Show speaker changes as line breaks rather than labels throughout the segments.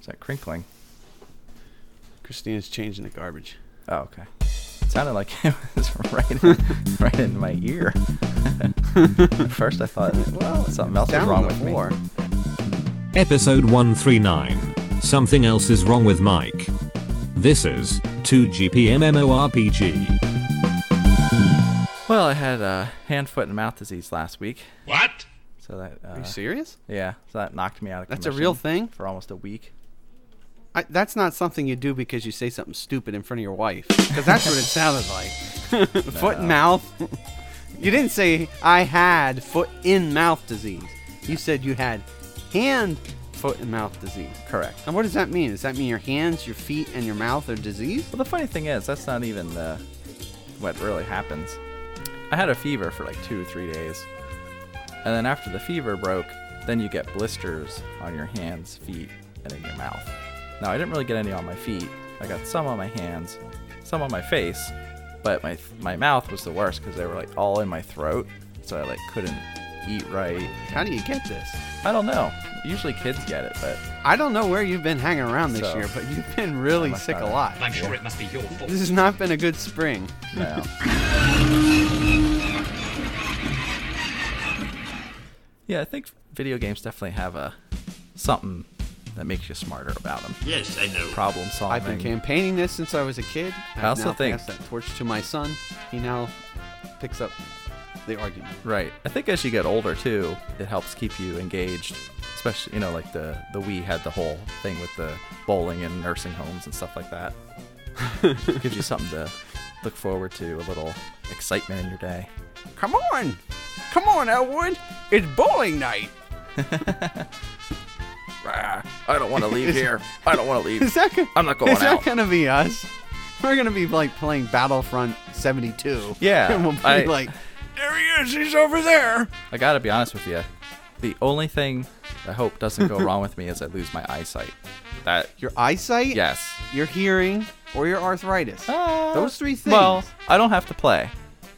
Is that crinkling?
Christina's changing the garbage.
Oh, okay. It sounded like it was right in, right in my ear. At first, I thought, well, something else is
Down
wrong
on the
with
floor.
me.
Episode 139 Something Else Is Wrong with Mike. This is 2GPMMORPG.
Well, I had uh, hand, foot, and mouth disease last week,
What?
so that
Are
uh,
you serious?
yeah, so that knocked me out of.
That's a
commission
real thing?
for almost a week.
I, that's not something you do because you say something stupid in front of your wife. Because that's what it sounded like. foot and mouth. you didn't say I had foot in mouth disease. You said you had hand, foot and mouth disease.
Correct.
And what does that mean? Does that mean your hands, your feet, and your mouth are diseased?
Well, the funny thing is, that's not even uh, what really happens. I had a fever for like two, three days, and then after the fever broke, then you get blisters on your hands, feet, and in your mouth. Now, I didn't really get any on my feet. I got some on my hands, some on my face, but my my mouth was the worst because they were like all in my throat, so I like couldn't eat right.
How do you get this?
I don't know. Usually kids get it, but
I don't know where you've been hanging around this
So-
year, but you've been really
must
sick a
have.
lot.
I'm sure it must be your fault.
This has not been a good spring.
no. yeah, I think video games definitely have a something that makes you smarter about them.
Yes, I know.
Problem solving.
I've been campaigning this since I was a kid. I've
also
now
think-
passed that torch to my son. He now picks up the argument.
Right. I think as you get older too, it helps keep you engaged. Especially, you know, like the the Wii had the whole thing with the bowling and nursing homes and stuff like that. Gives you something to look forward to, a little excitement in your day.
Come on, come on, Elwood! It's bowling night. Ah,
Rah, I don't want to leave here. I don't want to
Is
leave.
that? go-
I'm not going
is that
out.
gonna be us? We're gonna be like playing Battlefront 72.
Yeah,
and we'll be
I-
like,
There he is. He's over there. I gotta be honest with you. The only thing I hope doesn't go wrong with me is I lose my eyesight. That
your eyesight,
yes.
your hearing, or your arthritis. Those three
Uh,
things.
Ah. Well, I don't have to play.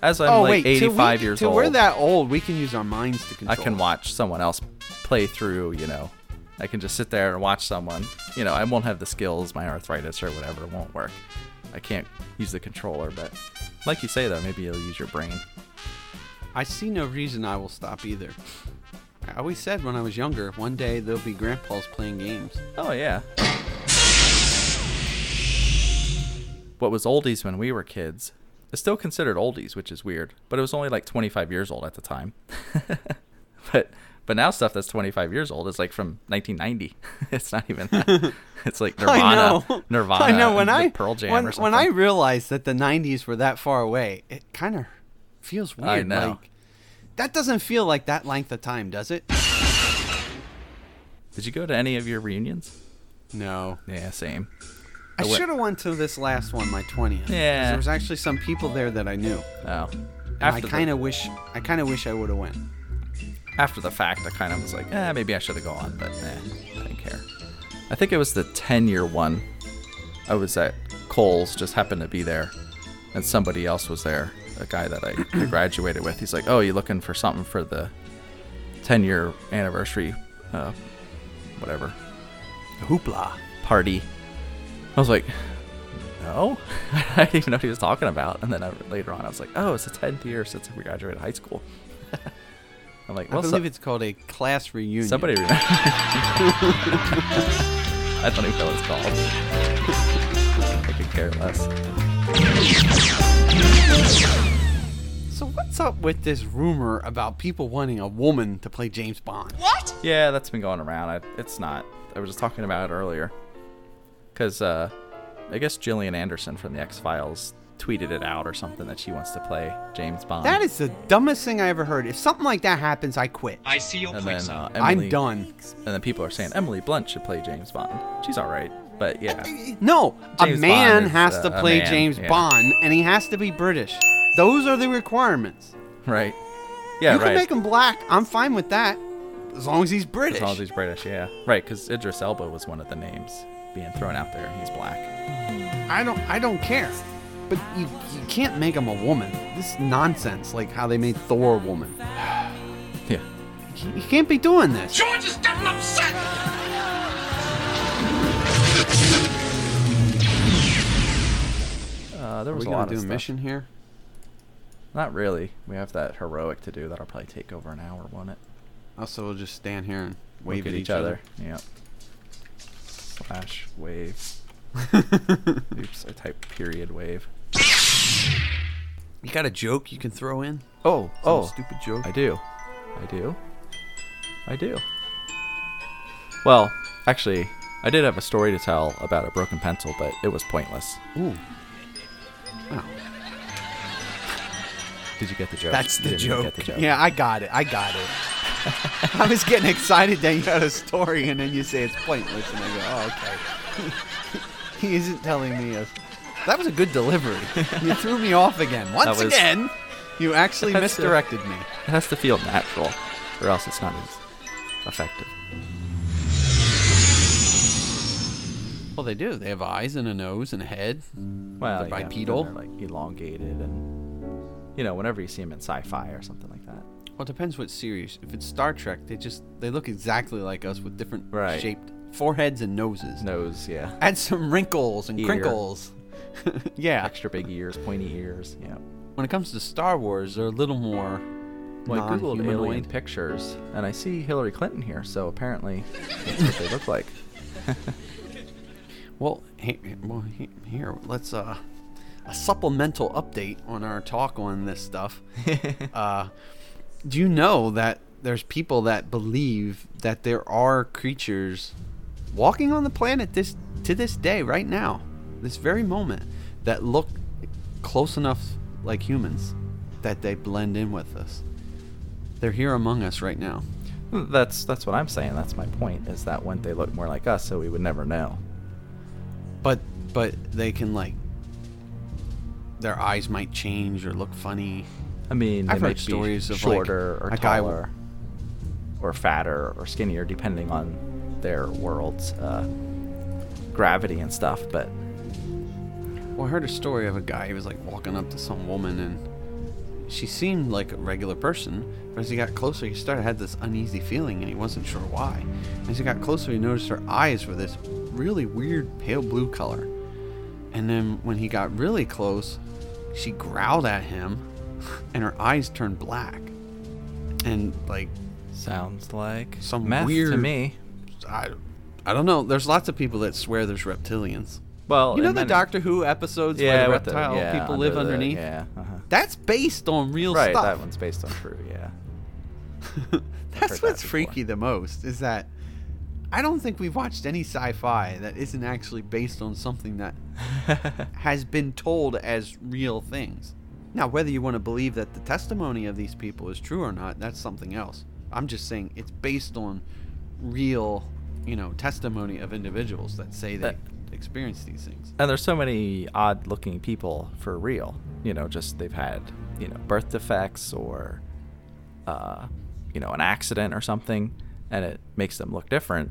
As I'm
oh
like
wait, till we-
85 years
till
old,
we're that old, we can use our minds to control.
I can watch someone else play through. You know, I can just sit there and watch someone. You know, I won't have the skills. My arthritis or whatever won't work. I can't use the controller, but like you say though, maybe you'll use your brain.
I see no reason I will stop either. I always said when I was younger, one day there'll be grandpas playing games.
Oh yeah. What was oldies when we were kids is still considered oldies, which is weird. But it was only like 25 years old at the time. but but now stuff that's 25 years old is like from 1990. it's not even that. It's like Nirvana, Nirvana,
I know when
and
I
Pearl Jam
when,
or
when
something.
I realized that the '90s were that far away, it kind of feels weird.
I know.
Like, that doesn't feel like that length of time, does it?
Did you go to any of your reunions?
No.
Yeah, same.
I
went-
should have went to this last one, my 20th. 'cause
Yeah.
There was actually some people there that I knew.
Oh.
And I
the-
kind of wish I kind of wish I would have went.
after the fact, I kind of was like, eh, maybe I should have gone, but eh, I didn't care. I think it was the 10 year one. I was at Cole's, just happened to be there, and somebody else was there, a guy that I graduated with. He's like, oh, you looking for something for the 10 year anniversary, uh, whatever,
Hoopla.
party. I was like, no, I didn't even know what he was talking about. And then I, later on, I was like, oh, it's the 10th year since we graduated high school. I'm like, well,
I
so-
believe it's called a class reunion.
Somebody remember. I don't even know what it's called. I could care less.
So what's up with this rumor about people wanting a woman to play James Bond?
Yeah, that's been going around. I, it's not. I was just talking about it earlier. Because, uh, I guess Gillian Anderson from The X Files tweeted it out or something that she wants to play James Bond.
That is the dumbest thing I ever heard. If something like that happens, I quit.
I see your
And
point,
then,
sir.
uh, Emily-
I'm done.
And then people are saying Emily Blunt should play James Bond. She's alright. But yeah.
No,
James
a man
Bond is,
has
uh,
to
a
play
man,
James
yeah.
Bond, and he has to be British. Those are the requirements.
Right. Yeah,
you
right.
can make him black. I'm fine with that, as long as he's British.
As long as he's British, yeah. Right, because Idris Elba was one of the names being thrown out there, and he's black.
I don't. I don't care. But you, you can't make him a woman. This is nonsense, like how they made Thor a woman.
Yeah.
You can't be doing this.
George is getting upset!
Uh, there
Are
was
we
a lot
gonna do
of
a
stuff.
mission here?
Not really. We have that heroic to do. That'll probably take over an hour, won't it?
Also, we'll just stand here and wave
Look
at, each other.
Yeah. Slash wave. Oops, I typed period wave.
You got a joke you can throw in?
Oh,
Some
oh.
stupid joke.
I do. I do. I do. Well, actually, I did have a story to tell about a broken pencil, but it was pointless.
Ooh. Wow.
Did you get the joke?
That's
You
the
didn't even
joke.
Get the joke.
Yeah, I got it. I got it. I was getting excited that you had a story, and then you say it's pointless, and I go, "Oh, okay." he isn't telling me a. That was a good delivery. you threw me off again. Once
was-
again, you actually
That's it.
misdirected me.
It has to feel natural, or else it's not as effective.
Well, they do. They have eyes and a nose and a head.
Well,
They're
yeah, and
bipedal?
they're, like elongated, and you know, whenever you see them in sci-fi or something like that.
Well, it depends what series. If it's Star Trek, they just they look exactly like us with different
Right.
shaped foreheads and noses.
Nose, yeah.
Add some wrinkles and
Ear.
crinkles. yeah.
Extra big ears, pointy ears. Yeah.
When it comes to Star Wars, they're a little more.
Well, I googled alien
non-humanoid.
pictures, and I see Hillary Clinton here, so apparently that's what they look like.
Well, hey, well, he- here let's uh, a supplemental update on our talk on this stuff. uh, do you know that there's people that believe that there are creatures walking on the planet this to this day, right now, this very moment, that look close enough like humans that they blend in with us. They're here among us right now.
That's that's what I'm saying. That's my point. Is that when they look more like us, so we would never know.
but but they can like their eyes might change or look funny
I mean, they
I've
might
heard
be
stories of, like,
shorter or
a guy w-
taller, or fatter or skinnier, depending on their world's uh, gravity and stuff. But
well i heard a story of a guy who was like walking up to some woman and she seemed like a regular person but as he got closer he started had this uneasy feeling and he wasn't sure why as he got closer he noticed her eyes were this really weird pale blue color and then when he got really close she growled at him and her eyes turned black and like
sounds like
Some
meth to
weird-
me.
I, I don't know. There's lots of people that swear there's reptilians.
Well,
You know
and
the
then-
Doctor Who episodes
yeah,
where
with
the reptile
yeah,
people
under
live
the-
underneath?
Yeah, uh-huh.
That's based on real
right.
stuff.
That one's based on true. Yeah,
That's
heard that
what's
before.
freaky the most is that I don't think we've watched any sci-fi that isn't actually based on something that has been told as real things. Now, whether you want to believe that the testimony of these people is true or not, that's something else. I'm just saying it's based on real, you know, testimony of individuals that say they
That-
experience these things.
and there's so many odd-looking people for real. You know, just they've had you know birth defects or uh, you know an accident or something, and it makes them look different.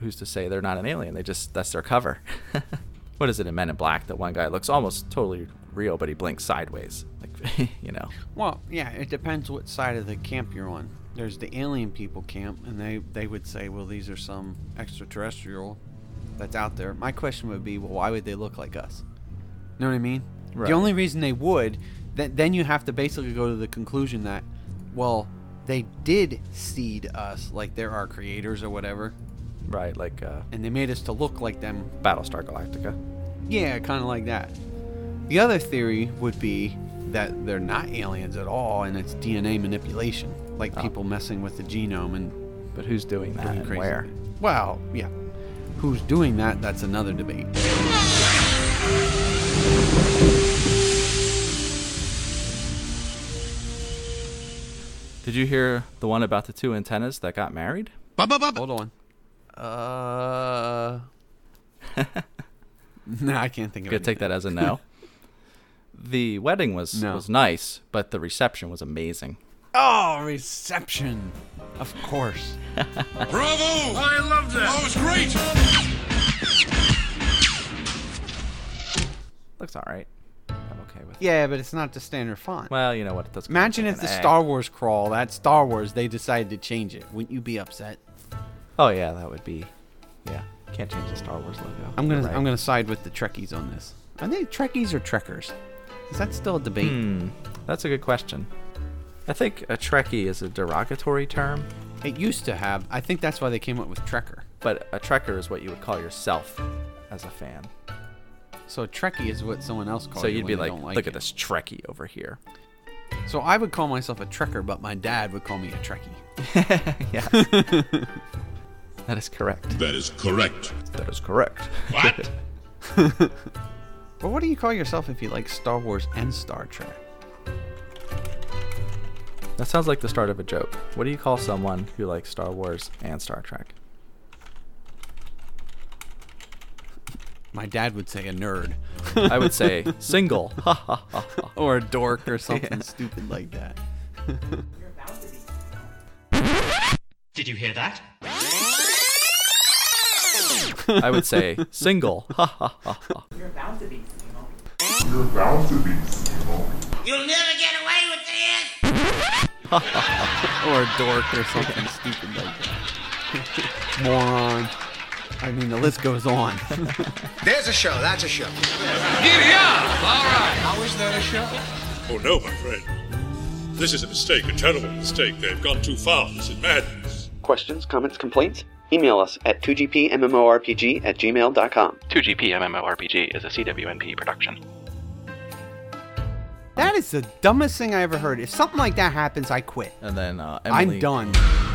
Who's to say they're not an alien? They just that's their cover. what is it in Men in Black that one guy looks almost totally real, but he blinks sideways, like you know.
Well, yeah, it depends what side of the camp you're on. There's the alien people camp, and they, they would say, well, these are some extraterrestrial that's out there. My question would be, well, why would they look like us? You know what I mean?
Right.
The only reason they would, th- then you have to basically go to the conclusion that, well, they did seed us, like they're our creators or whatever,
Right, like uh,
and they made us to look like them
Battlestar Galactica.
yeah, kind of like that. The other theory would be that they're not aliens at all and it's DNA manipulation, like
Oh.
people messing with the genome and
But who's doing that
doing
and
crazy.
where?
Well, yeah. Who's doing that? That's another debate.
Did you hear the one about the two antennas that got married?
Hold on. Uh. no, I can't think
You
of it.
could take that as a no. the wedding was
No.
was nice, but the reception was amazing.
Oh, reception. Of course.
Bravo! I loved that. Oh, it's great.
Looks all right. I'm okay with. it.
Yeah, but it's not the standard font.
Well, you know what? It does. come with
Imagine
like
if
an
the
A.
Star Wars crawl, that Star Wars, they decided to change it. Wouldn't you be upset?
Oh yeah, that would be. Yeah, can't change the Star Wars logo.
I'm gonna
You're right.
I'm gonna side with the Trekkies on this. Are they Trekkies or Trekkers? Is that still a debate?
That's a good question. I think a Trekkie is a derogatory term,
It used to have. I think that's why they came up with Trekker.
but a Trekker is what you would call yourself as a fan.
So a Trekkie is what someone else calls.
So you'd be like,
don't
look at
it."
this Trekkie over here.
So I would call myself a Trekker, but my dad would call me a Trekkie.
That is correct.
That is correct.
That is correct.
What?
But what do you call yourself if you like Star Wars and Star Trek?
That sounds like the start of a joke. What do you call someone who likes Star Wars and Star Trek?
My dad would say a nerd
I would say single.
or a dork or something stupid like that.
Did you hear that?
I would say single.
You'll never get away with this!
Or a dork or something stupid like that. Moron. I mean, the list goes on.
There's a show. That's a show.
Oh no, my friend. This is a mistake, a terrible mistake. They've gone too far. This is madness.
Questions, comments, complaints? Email us at 2gpmmorpg at gmail.com.
2GP MMORPG is a CWNP production.
that is the dumbest thing I ever heard. If something like that happens, I quit.
and then uh, Emily.
I'm done.